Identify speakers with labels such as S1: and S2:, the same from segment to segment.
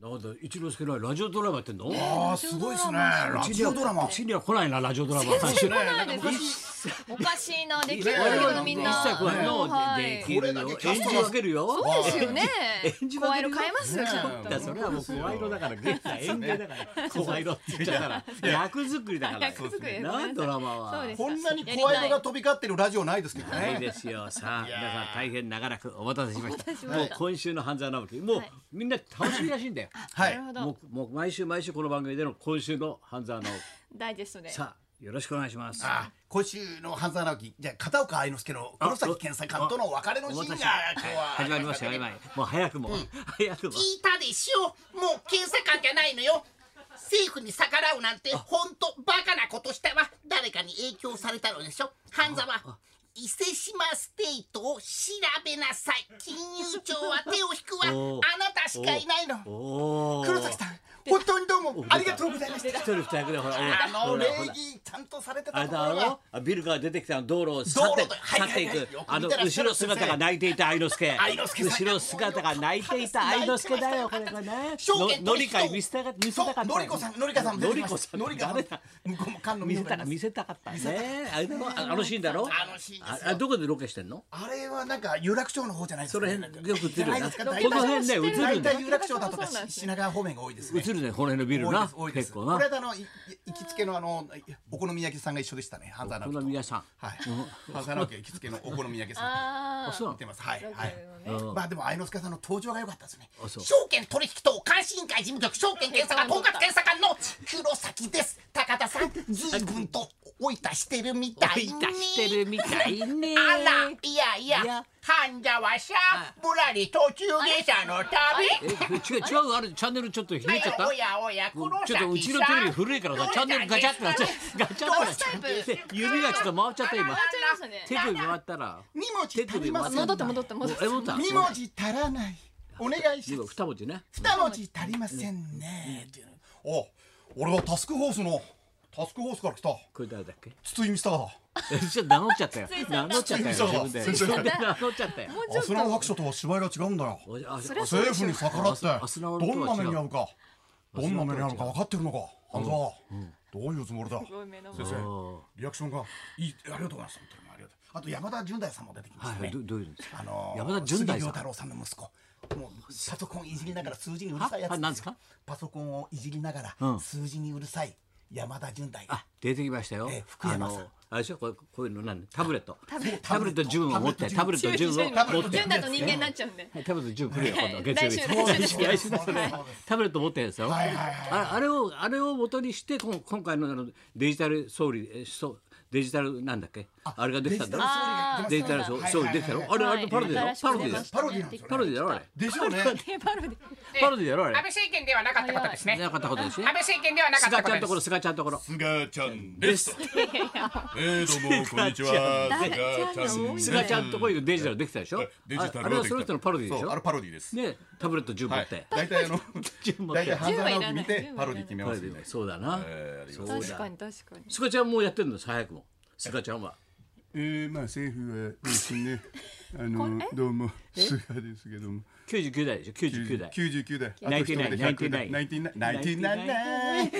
S1: なんだ一之輔のラジオドラマやってんの
S2: ああすごいですね。ラジオドラマ。
S1: うちには来ないなラジオドラ マ最初
S2: ねなんか昔
S3: おかしいな、できる
S1: 我
S3: よ
S1: 々
S3: の
S1: の
S3: み
S1: 一
S3: んな。
S1: 切来ないの
S3: はい
S1: でできるよ
S2: これだけキャ
S1: 演
S2: ス
S1: じ
S2: トが
S1: 分けるよ
S3: そう ですよね。怖い色変えますよ、
S2: ね
S3: ち
S2: え
S3: ゃん
S1: だから
S3: と。
S1: それはもう声色だから現在演芸だから声色って言っちゃったら役作りだから
S3: 役作りです
S1: なドラマは
S3: そうです
S2: こんなに怖いのが飛び交ってるラジオないですけど
S1: ない
S2: ね。
S1: ですよさあ
S2: やー
S1: 皆さん大変長らくお待たせしました
S3: お待たせしま
S1: もう
S3: した
S1: 今週の半沢直樹もう
S3: はい
S1: みんな楽しみらしいんだよ
S2: は
S3: ないる。ほど
S1: も。うもう毎週毎週この番組での今週の半沢直
S3: ダイジェストで
S1: 樹。さあよろしくお願いします
S2: あ今週の半沢直樹じゃあ片岡愛之助の黒崎健さんとのお別れのシーンが今日は
S1: 始まりましたよ今もう早くも早くも
S4: 聞いたでしょもう検査官じゃないのよ政府に逆らうなんてほんとバカなことしたわ誰かに影響されたのでしょ半沢伊勢志摩ステイトを調べなさい金融庁は手を引くわ
S1: おー
S4: あなたしかいないの
S1: おお
S2: 黒崎さん本当にどうもありがとうございました。
S1: 一人二役でほらほら
S2: あの
S1: ほ
S2: 礼
S1: らほら
S2: 儀ちゃんとされて
S1: あ
S2: た
S1: れ
S2: とこ
S1: だ
S2: ろが
S1: ろあビルから出てきたの道路を去って
S2: 道路とはい
S1: 去ってい
S2: はい
S1: く
S2: はいよく
S1: あ
S2: 見
S1: の
S2: てらっし
S1: 後
S2: ゃる
S1: ろ姿が泣いていた愛之助
S2: 愛之助さん
S1: 後ろ姿が泣いていた愛之助だよこれがね
S2: 証券取引
S1: ののりかい見せたか見せた
S2: そ
S1: かった
S2: うのりこさんのりかさん
S1: のりこさん
S2: のりかさん
S1: 誰だ
S2: 向こうも菅野
S1: 見
S2: 美
S1: せ
S2: 穂
S1: た
S2: が
S1: か
S2: います
S1: 見せたかったねあれだろああのシーンだろ
S4: あのシーンですよ
S1: ああどこでロケしてんの
S2: あれはなんか有楽町の方じゃないです
S1: そ
S2: か
S1: の
S2: ね。
S1: 辺よく映るよ
S2: ない
S1: な
S2: です
S1: こ
S2: か
S1: の
S2: 大体
S1: 辺ね映る
S2: 大
S1: んだよ
S2: 体有楽町だとか
S3: そうなんで
S2: し
S3: す
S2: 品川方面が多いですね。
S1: 映るねこの辺のビル
S2: 多いで
S1: な
S2: す多いです
S1: 結構な
S2: これ間あのいい行きつけのあのいお好み焼き屋さんが一緒でしたね。半沢
S1: こ
S2: 直樹
S1: の
S2: と。
S1: 皆さん
S2: はい。半沢直樹行きつけのお好み焼き屋さん。
S3: あ
S1: あ
S3: あ。
S1: そうな
S2: 行ってます。はい
S3: ロケ
S2: はい。
S3: のね
S1: のうん
S2: まあでも愛之助さんの登場が良かったですね。
S1: あそう
S4: 証券取引等監視委員会事務局証券検査官統括検査官の黒崎です高田さんずいぶんと追い出してるみたいね
S1: 追い出してるみたいね
S4: あらいやい
S1: い
S4: や
S1: や
S4: 患者はさぶらり途中下車の
S1: え
S4: 旅
S1: 違う違うあれチャンネルちょっとひねっちゃった
S4: おやおや黒崎
S1: ちょっ
S4: さん
S1: とうちのテレビ古いからさチャンネルガチャってなっちゃうガチャってなっちゃって指がちょっと回っちゃった今
S3: 回っちゃいましたね
S1: 手首回ったら
S2: 二文字足りません。
S3: 戻った戻った戻っ
S1: え戻った
S3: た。
S2: 二文字足らない。お願いし
S1: 今
S2: ます。
S1: 二文字ね
S2: 二文字足りませんね。っていうの。あ、俺はタスクフォースのタスクフォースから来た。
S1: これ誰だっけ
S2: 筒井美沙だ。
S1: えちょっと名乗っちゃったよ名乗っちゃったよ
S2: つい
S1: 自分で
S2: つい
S1: 自分で名乗っちゃったよ
S2: アスラム白書とは芝居が違うんだよ。
S1: おじあ
S3: それはそう
S2: 政府に逆らって
S1: あすあすなおとは違
S2: ど
S1: うん
S2: な目に遭うかどんな目に遭うか分かってるのか半沢、どういうつもりだ
S3: ごい目の前
S1: あ
S2: 先生
S1: ー
S2: リアクションがいいありがとうございます本当にありがとうあと山田純大さんも出てきまし
S1: は
S2: た
S1: いは
S2: ね、
S1: いどどういうんです
S2: あ
S1: か
S2: のー
S1: 山田純大
S2: 杉
S1: さ
S2: 良
S1: ん
S2: 太郎さんの息子もうパソコンいじりながら数字にうるさいや
S1: は
S2: つ
S1: はなんですか
S2: パソコンをいじりなが
S1: う
S2: ら
S1: ん
S2: 数字にうるさい山田純大が
S1: あ、出てきましたよ
S2: ええ。福
S1: あ
S2: 山さん
S1: の、あれでしょ、こうこういうのなんタブレット。タ
S3: ブレッ
S2: ト
S1: ブレット10を持って、タ
S2: タ
S1: ブ
S2: ブ
S1: レ
S2: レ
S1: ッ
S2: ッ
S1: ト
S2: ト
S1: 10
S2: タブレ
S1: を持っ
S2: ット10
S1: て。
S3: 純だと人間になっちゃうんで。
S1: はい、タブレット10来るよ、今度、
S3: はい
S1: 月曜日。
S3: 来週来週です
S1: 来週です
S2: そうです
S1: ね。タブレット持ってるんですよ。
S2: はいはいはい
S1: ああれを、あれを元にして、こん今回のあのデジタル総理、えそう、デジタルなんだっけ。あれができたんだろ。
S3: あ
S1: デジタル
S2: 総理
S1: 総
S2: が出
S1: 総
S2: ま
S1: 理
S2: した
S1: でき
S2: ね
S1: た
S2: は
S1: ろ。あれ、
S2: いはいはい
S1: あれパロディだろ
S3: はい。
S1: パロディだ
S3: 新
S1: ろ
S3: しく出まし。
S2: パロ
S1: パロデ
S2: ディなんですよ
S1: ィだろ、あれ。
S2: でしょうね
S3: テーパルで。
S1: パロディだろ、あれ
S4: 安。倍政権ではなかったことですね
S1: なかったことですね
S4: 安。倍政権ではなか
S1: ス
S4: っ
S1: ガ
S4: たこ
S1: ちゃ
S4: と
S1: んと
S4: で
S1: こ
S4: す
S1: ろ、スガちゃんところ。
S5: すがちゃん です。えー、どうも、こんにちは。
S3: すがちゃん
S5: すがです
S1: スガちゃんところいうデジタルできたでしょ
S5: はいデジタル
S1: ああれはその人のパロディでし
S5: そうあれ
S1: ょ
S5: パロディです。
S1: ね、タブレット10持
S5: は
S1: っ
S5: い
S1: て。。
S5: 大体あの、
S1: 10持っ
S5: 大
S1: て
S5: 体。半沢直樹見
S3: 10はいらな
S5: て
S3: い
S5: パロディ決めますよね。
S1: そうだな。
S5: えーありがとうございます
S1: そうだ
S3: 確かに確かに。
S1: スカちゃんもやってるんです早くもスカちゃんは
S6: えー、まあ政府はですね、あのどうも菅ですけども、
S1: 99代でしょ99代
S6: 九十九代、あと
S1: 99
S6: 一人で
S1: 代
S6: 100代、ナインティナイン、ナインティナイン、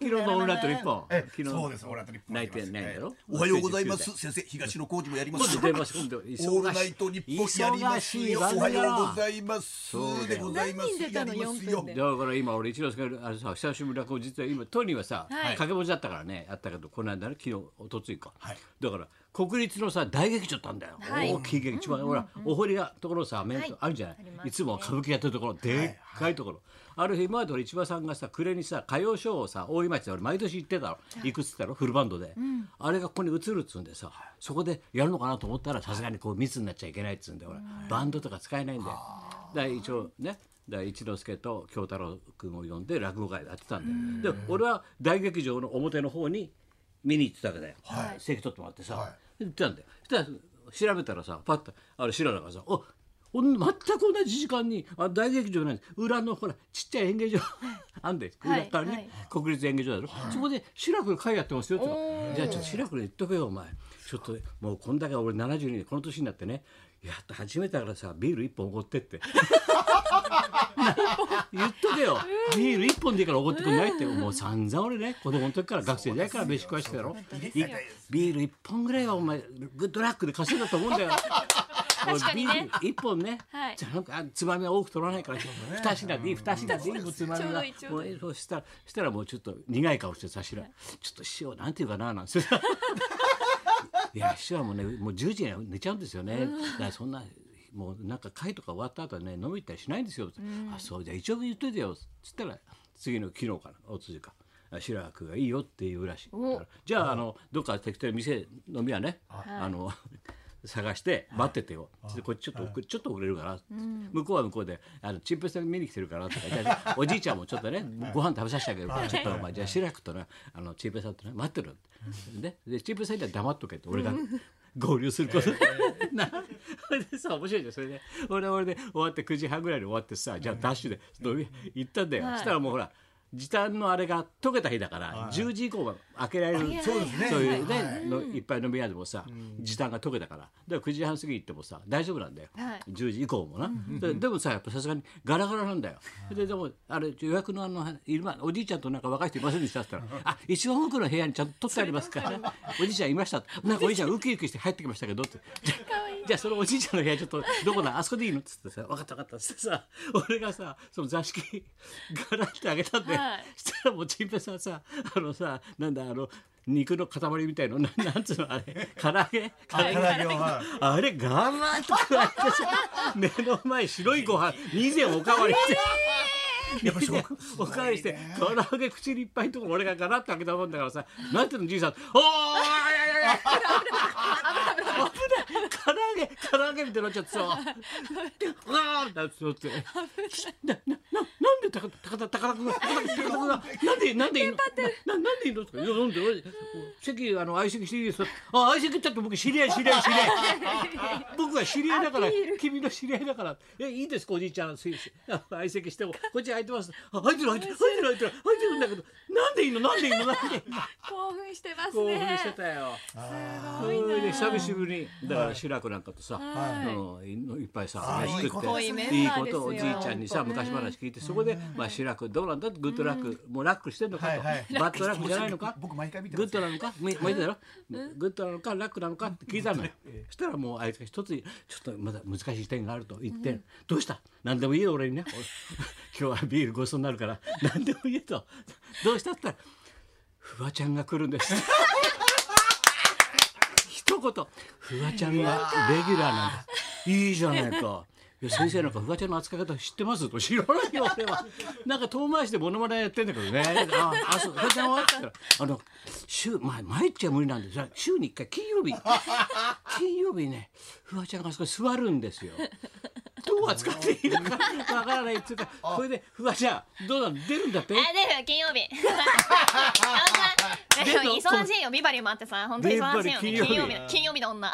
S1: 昨日のオールナイト1本
S2: え
S1: 昨日
S2: そうです俺は日本
S1: 泣いてないんだろ
S2: おはようございます先生東野幸治もやります
S1: 今度電話し今度
S2: オールナイト日本やります
S1: 忙しい
S2: よ。
S1: 番
S2: おは
S1: 組だ
S2: ようご
S1: な
S2: ざいます。でございます。
S3: 何人出た
S2: や
S3: の
S2: ります
S3: 四分で
S1: だから今俺一之輔あれさ久しぶりだこう実は今トニーはさ
S3: はい
S1: 掛け持ちだったからねあったけどこの間ね昨日おとついか
S2: はい
S1: だから国立のさ大劇場ったんだよ
S3: はい
S1: 大きい劇一番ほらお堀がところさ面
S3: はい
S1: あるじゃな
S3: ありま
S1: い
S3: すね
S1: いつも歌舞伎やってるところでっかいところある日今まで俺千葉さんがさ暮れにさ歌謡ショーをさ大井町で俺毎年行ってたの行くっつったのフルバンドであれがここに移るっつうんでさそこでやるのかなと思ったらさすがにこう密になっちゃいけないっつうんでほらバンドとか使えないんだよだから一応ねだから一之輔と京太郎君を呼んで落語会やってたんだよで俺は大劇場の表の方に見に行ってたわけだよ、席取ってもらってさ、行ってたんだよそしたら調べたらさパッとあれ白良がさ「おおん全く同じ時間にあ大劇場なんです裏のほらちっちゃい演芸場あんで
S3: はい
S1: 裏からね、
S3: はい
S1: 国立演芸場だろ、そこで「志らくの会やってますよ」とか「じゃあちょっと志らくに言っとけよお前ちょっともうこんだけ俺72でこの年になってねやっと初めてだからさビール一本おごって」ってからおごってくんないってもう散々俺ね子供の時から学生時代から飯食わしてたろいビール一本ぐらいはお前グッドラックで稼いだと思うんだよ
S3: 確かにね
S1: 俺ビール一本ね、
S3: はい
S1: じゃあなんかあつまみは多く取らないから二品でいい二品でいいもうつまみ
S3: ちょう
S1: は
S3: どいいちょう
S1: も
S3: ど
S1: うそうしたらしたらもうちょっと苦い顔してさしらちょっと師匠なんていうかななんて いや師匠はもうねもう10時には寝ちゃうんですよねだからそんなもうなんか会とか終わった後はね飲み行ったりしないんですよ、あそうじゃあ一応言っといてよつったら次の昨日かなお通じかあ白川君がいいよって言うらしいだからじゃああのどっか適当に店飲みはねあの探して待っててよ、でこっちちょっと遅れちょっと遅れるから、向こうは向こうであのチンペイさん見に来てるからとか じゃあおじいちゃんもちょっとねご飯食べさせてあげるからちょっとお前じゃあ白らくとねあのチンペイさんとね待ってるででチンペイさんには黙っとけって俺が合流すること、 なそれでさ面白いじゃんそれで俺俺で終わって9時半ぐらいに終わってさじゃあダッシュで飲み行ったんだよ、そしたらもうほら時短のあれが解けた日だから、10時以降は開けられるそうですねそういうね、のいっぱい飲み屋でもさ、時短が解けたからだから9時半過ぎ行ってもさ大丈夫なんだよ、
S3: はい
S1: 10時以降もな、ででもさやっぱさすがにガラガラなんだよ、ででもあれ予約のあのいるまおじいちゃんとなんか若い人いませんでしたって言ったら「あ一番奥の部屋にちゃんと取ってありますから、おじいちゃんいました」ってなんかおじいちゃんウキウキして入ってきましたけど」って「じゃあじゃあそのおじいちゃんの部屋ちょっとどこだあそこでいいの?」っつってさ「分かった分かった」っつってさ俺がさその座敷ガラってあげたんで、
S3: はい
S1: そしたらもうチンペイさんさあのさなんだあの肉の塊みたいのななんつうのあれ唐揚げ
S2: 唐揚げをはい
S1: あれガラッと食らってさ目の前白いご飯2膳おかわりして。やっぱおかわりして唐揚げ口にいっぱいのとこ俺がガラッと開けたもんだからさなんていうのじいさん「おーいやいやいや唐揚げ唐揚げみたいになっちゃってさで「うわー!」ってなってななななんで高田高田高田君が高田君が高田君がなんでなんでいいのなななんでいいのとか「いやなんで俺席あの相席していいですよ」あ相席ってって僕知り合い知り合い知り合い僕は知り合いだから君の知り合いだからえいいですかおじいちゃん すいあ相席してもこっち空いてますあ空いてる空いてる空いてる空いてる空いてるんだけどなんでいいのなんでいいのなんでいいの
S3: 興奮してます
S1: 興
S3: ね
S1: 奮してたよ。それで久しぶりにだから志らくなんかとさ、あのいいっぱいさ飯食って
S3: いいメン
S1: いい
S3: バー
S1: こ
S3: ですよ
S1: とをおじいちゃんにさ昔話聞いてそこでまあ志らくどうなんだってグッドラックもうラックしてんのか
S2: はい
S1: と
S2: はい
S1: バッドラックじゃないのか
S2: 僕毎回見て
S1: グ
S2: ま
S1: ッ
S2: す
S1: ドなの かみ見てたろグッドなのかラックなのかって聞いたのよそしたらもうあいつが一つちょっとまだ難しい点があると言ってどうした何でもいいよ俺に ね今日はビールごちそうになるから何でもいいよとどうしたって言ったらフワちゃんが来るんです。一言フワちゃんがレギュラーなんだいいじゃないかいや先生なんかフワちゃんの扱い方知ってますと知らないよ俺はなんか遠回しでモノマネやってんだけどねああそうフワちゃんはって言ったらあの週、まあ、毎日は無理なんですが週に1回金曜日金曜日ねフワちゃんがあそこに座るんですよどう扱っていいのかわからないっつうかそれでフワちゃんどうなの出るんだって
S3: あ、出る金曜日。 あでも忙しいよ、ビバリーもあってさ、本当に忙しいよね、
S1: ビ
S3: 金
S1: バリー金曜
S3: 曜
S1: 日
S3: 日の、金曜日 の女。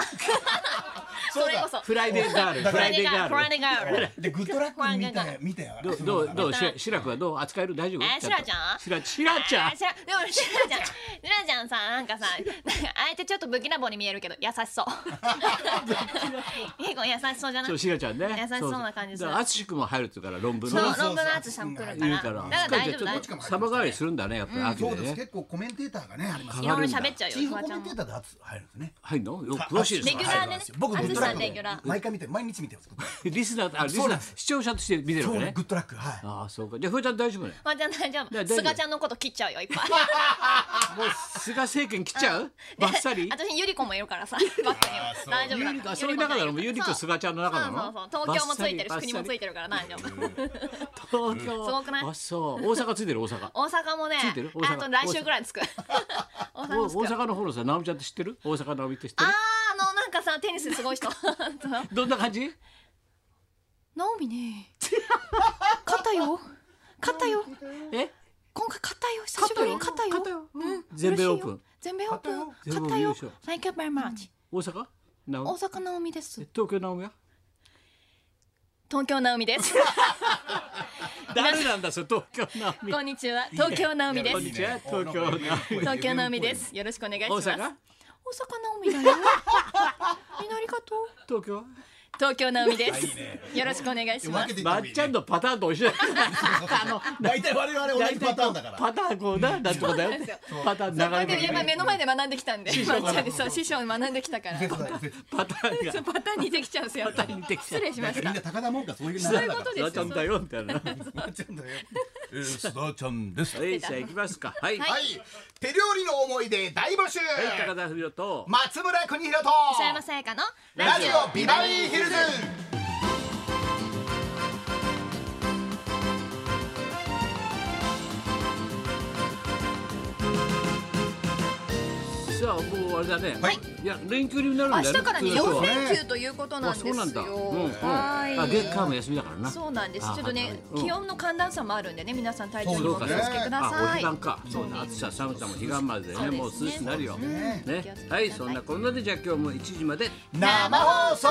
S3: それこそ。
S1: フライデーガールフ
S3: フ
S1: ラ
S3: ラ
S1: イ
S3: イ
S1: デ
S3: デ
S1: ー
S3: ー
S1: ガー
S3: ガー
S1: ル
S3: ル、フライデーガール。
S2: でグッドラック見た見たよ
S1: どうどうどう
S3: ま
S1: したらしらくはどう扱える大丈夫
S3: あしらちゃん
S1: しらしらちゃん
S3: あ、しら、でも、しらちゃん、しらちゃんさ、なんかさ、あえてちょっと不気な棒に見えるけど、優し そう。結構優しそうじゃない
S1: そうしらちゃんね
S3: 優しそうな感じする
S1: だから淳君も入るっていうから論文
S3: そ
S1: の
S3: う、
S1: ね
S3: 論文の淳さんも来るか
S1: 言う
S3: ら。だ
S1: か
S3: からら大
S1: しっ
S3: 丈夫、
S1: かり
S3: 大丈
S1: ちょっと
S3: 夫。
S1: 様変わりするんだねやっぱり秋
S5: そう
S1: で
S5: です
S1: ね
S5: 結構コメンテーターがねあります
S3: いろいろ喋っちゃう
S5: チー
S3: よ、フ
S5: フ
S3: ワ
S5: コ
S3: ちゃ
S5: メン
S3: ん
S5: テー。ターで
S3: も
S5: 熱入るんですね
S1: 入んのよ詳しいです
S3: レギ
S1: ね
S3: ュラーで
S2: は
S3: ね
S2: い僕、
S3: 淳さんレギュラー。
S5: 毎回見て毎日見て ます
S1: リスナーあリスナ
S5: そうなん
S1: ー
S5: です
S1: 視聴者として見てる
S5: そ
S1: わ
S5: う
S1: け
S5: ね
S1: ね
S5: グッドラックはい
S1: ああそうかじゃあふーちゃん大丈夫ね
S3: まあ、じゃあ大丈
S1: いや大
S3: 夫。
S1: 丈夫
S3: 菅ちゃんのこと切っちゃうよ、いっぱい。
S1: もう菅政権来ちゃう バッサリ
S3: 私ゆり子もいるからさバックには大丈夫
S1: ゆ
S3: だ
S1: りあそういう中だろもうゆり子菅ちゃんの中だ
S3: そう
S1: ろ
S3: そうそう東京もついてるし国もつい
S1: て
S3: てるから大丈夫
S1: 東京
S3: すごくない
S1: あそう大阪ついてる大阪
S3: 大阪もね
S1: ついてる大阪
S3: あと来週ぐらいに着く大阪
S1: お
S3: も着く
S1: 大阪の方のさ直美ちゃんって知ってる大阪直美って知って
S3: あ
S1: る
S3: ーあのなんかさテニスすごい人
S1: どんな感じ
S3: ナオミね勝ったよ勝ったよ
S1: え
S3: 今回勝ったよ久しぶりに勝ったようん
S1: 全米オープン
S3: 全米オープン
S1: 全
S3: 勝っ
S1: 米
S3: た
S1: 優
S3: よ
S1: 勝
S3: Thank you very much
S1: 大阪な
S3: 大
S1: お
S3: 阪ナオミです
S1: 東京なおみは
S3: 東京ナオミ です
S1: 誰なんだそれ東京なおみ
S3: こんにちは東京ナオミです
S1: こんにちは東 京なおみ
S3: 東京ナオミですよろしくお願い
S1: 大
S3: します
S1: 阪
S3: 大阪ナオミだよ。みんなありがとう。
S1: 東京は
S3: 東京直美で
S2: あ
S3: す
S2: いいね
S3: よろしくお願いしま
S2: 分
S3: す
S2: けていった
S1: ま
S2: 方
S1: っ
S2: がいい
S1: ちゃん
S2: ね
S1: のパターンと一緒だ
S2: 大体我々同じパターンだから
S1: パターンこうななんとかだよパターン
S3: まあ
S1: 流
S3: で
S1: れ
S3: もやっぱ目の前で学んできたんでまっちゃんにそう師匠に学んできたからそう
S1: パターンが
S3: パターン似てきちゃうんですよ失礼しまし
S2: み
S3: た
S2: んな高田もんかそういう流
S3: そう
S2: れ
S3: いう
S2: だ
S3: こ
S2: か
S3: と
S1: 須
S3: で
S1: 田
S3: す
S1: ちゃん
S3: よ
S1: だよみたいな
S2: らなっちゃうんだ よ
S5: えー、須田ちゃんです。
S1: はいじゃあ行きますかはい
S3: は
S1: はいい
S2: はい手料理の思い出大募集
S1: 高田文夫と
S2: 松村邦弘と
S3: 磯山さやかの
S2: ラ
S3: ラ
S2: ジ
S3: ジ
S2: オ
S3: オ
S2: ビ
S3: ビ
S2: バ
S3: バ
S2: リー
S3: リー
S2: ヒ
S3: ヒ
S2: ル
S3: ル
S2: ズ
S3: ズ
S1: さあもうあれだね
S2: はい
S1: いや連休になる
S3: 明
S1: んだよ
S3: 日
S1: ね
S3: からね
S1: 普通の人
S3: 4
S1: は
S3: 連休ということなんですよ
S1: あそうなんだうんうん
S3: はい
S1: あ月間も休みだからな
S3: そうなんです。
S1: あ
S3: ちょっとね、
S1: うん
S3: 気温の寒暖差もあるんでね、皆さん体調にもお気をつけくだ
S1: あ、お
S3: さ
S1: 時
S3: い。
S1: 間か。そうだ、暑さ寒さも彼岸までね、
S3: そうですね
S1: もう涼しくなるよ。ね
S3: 気をつけてください
S1: はい、そんなこんなでじゃあ今日も1時まで
S2: 生放送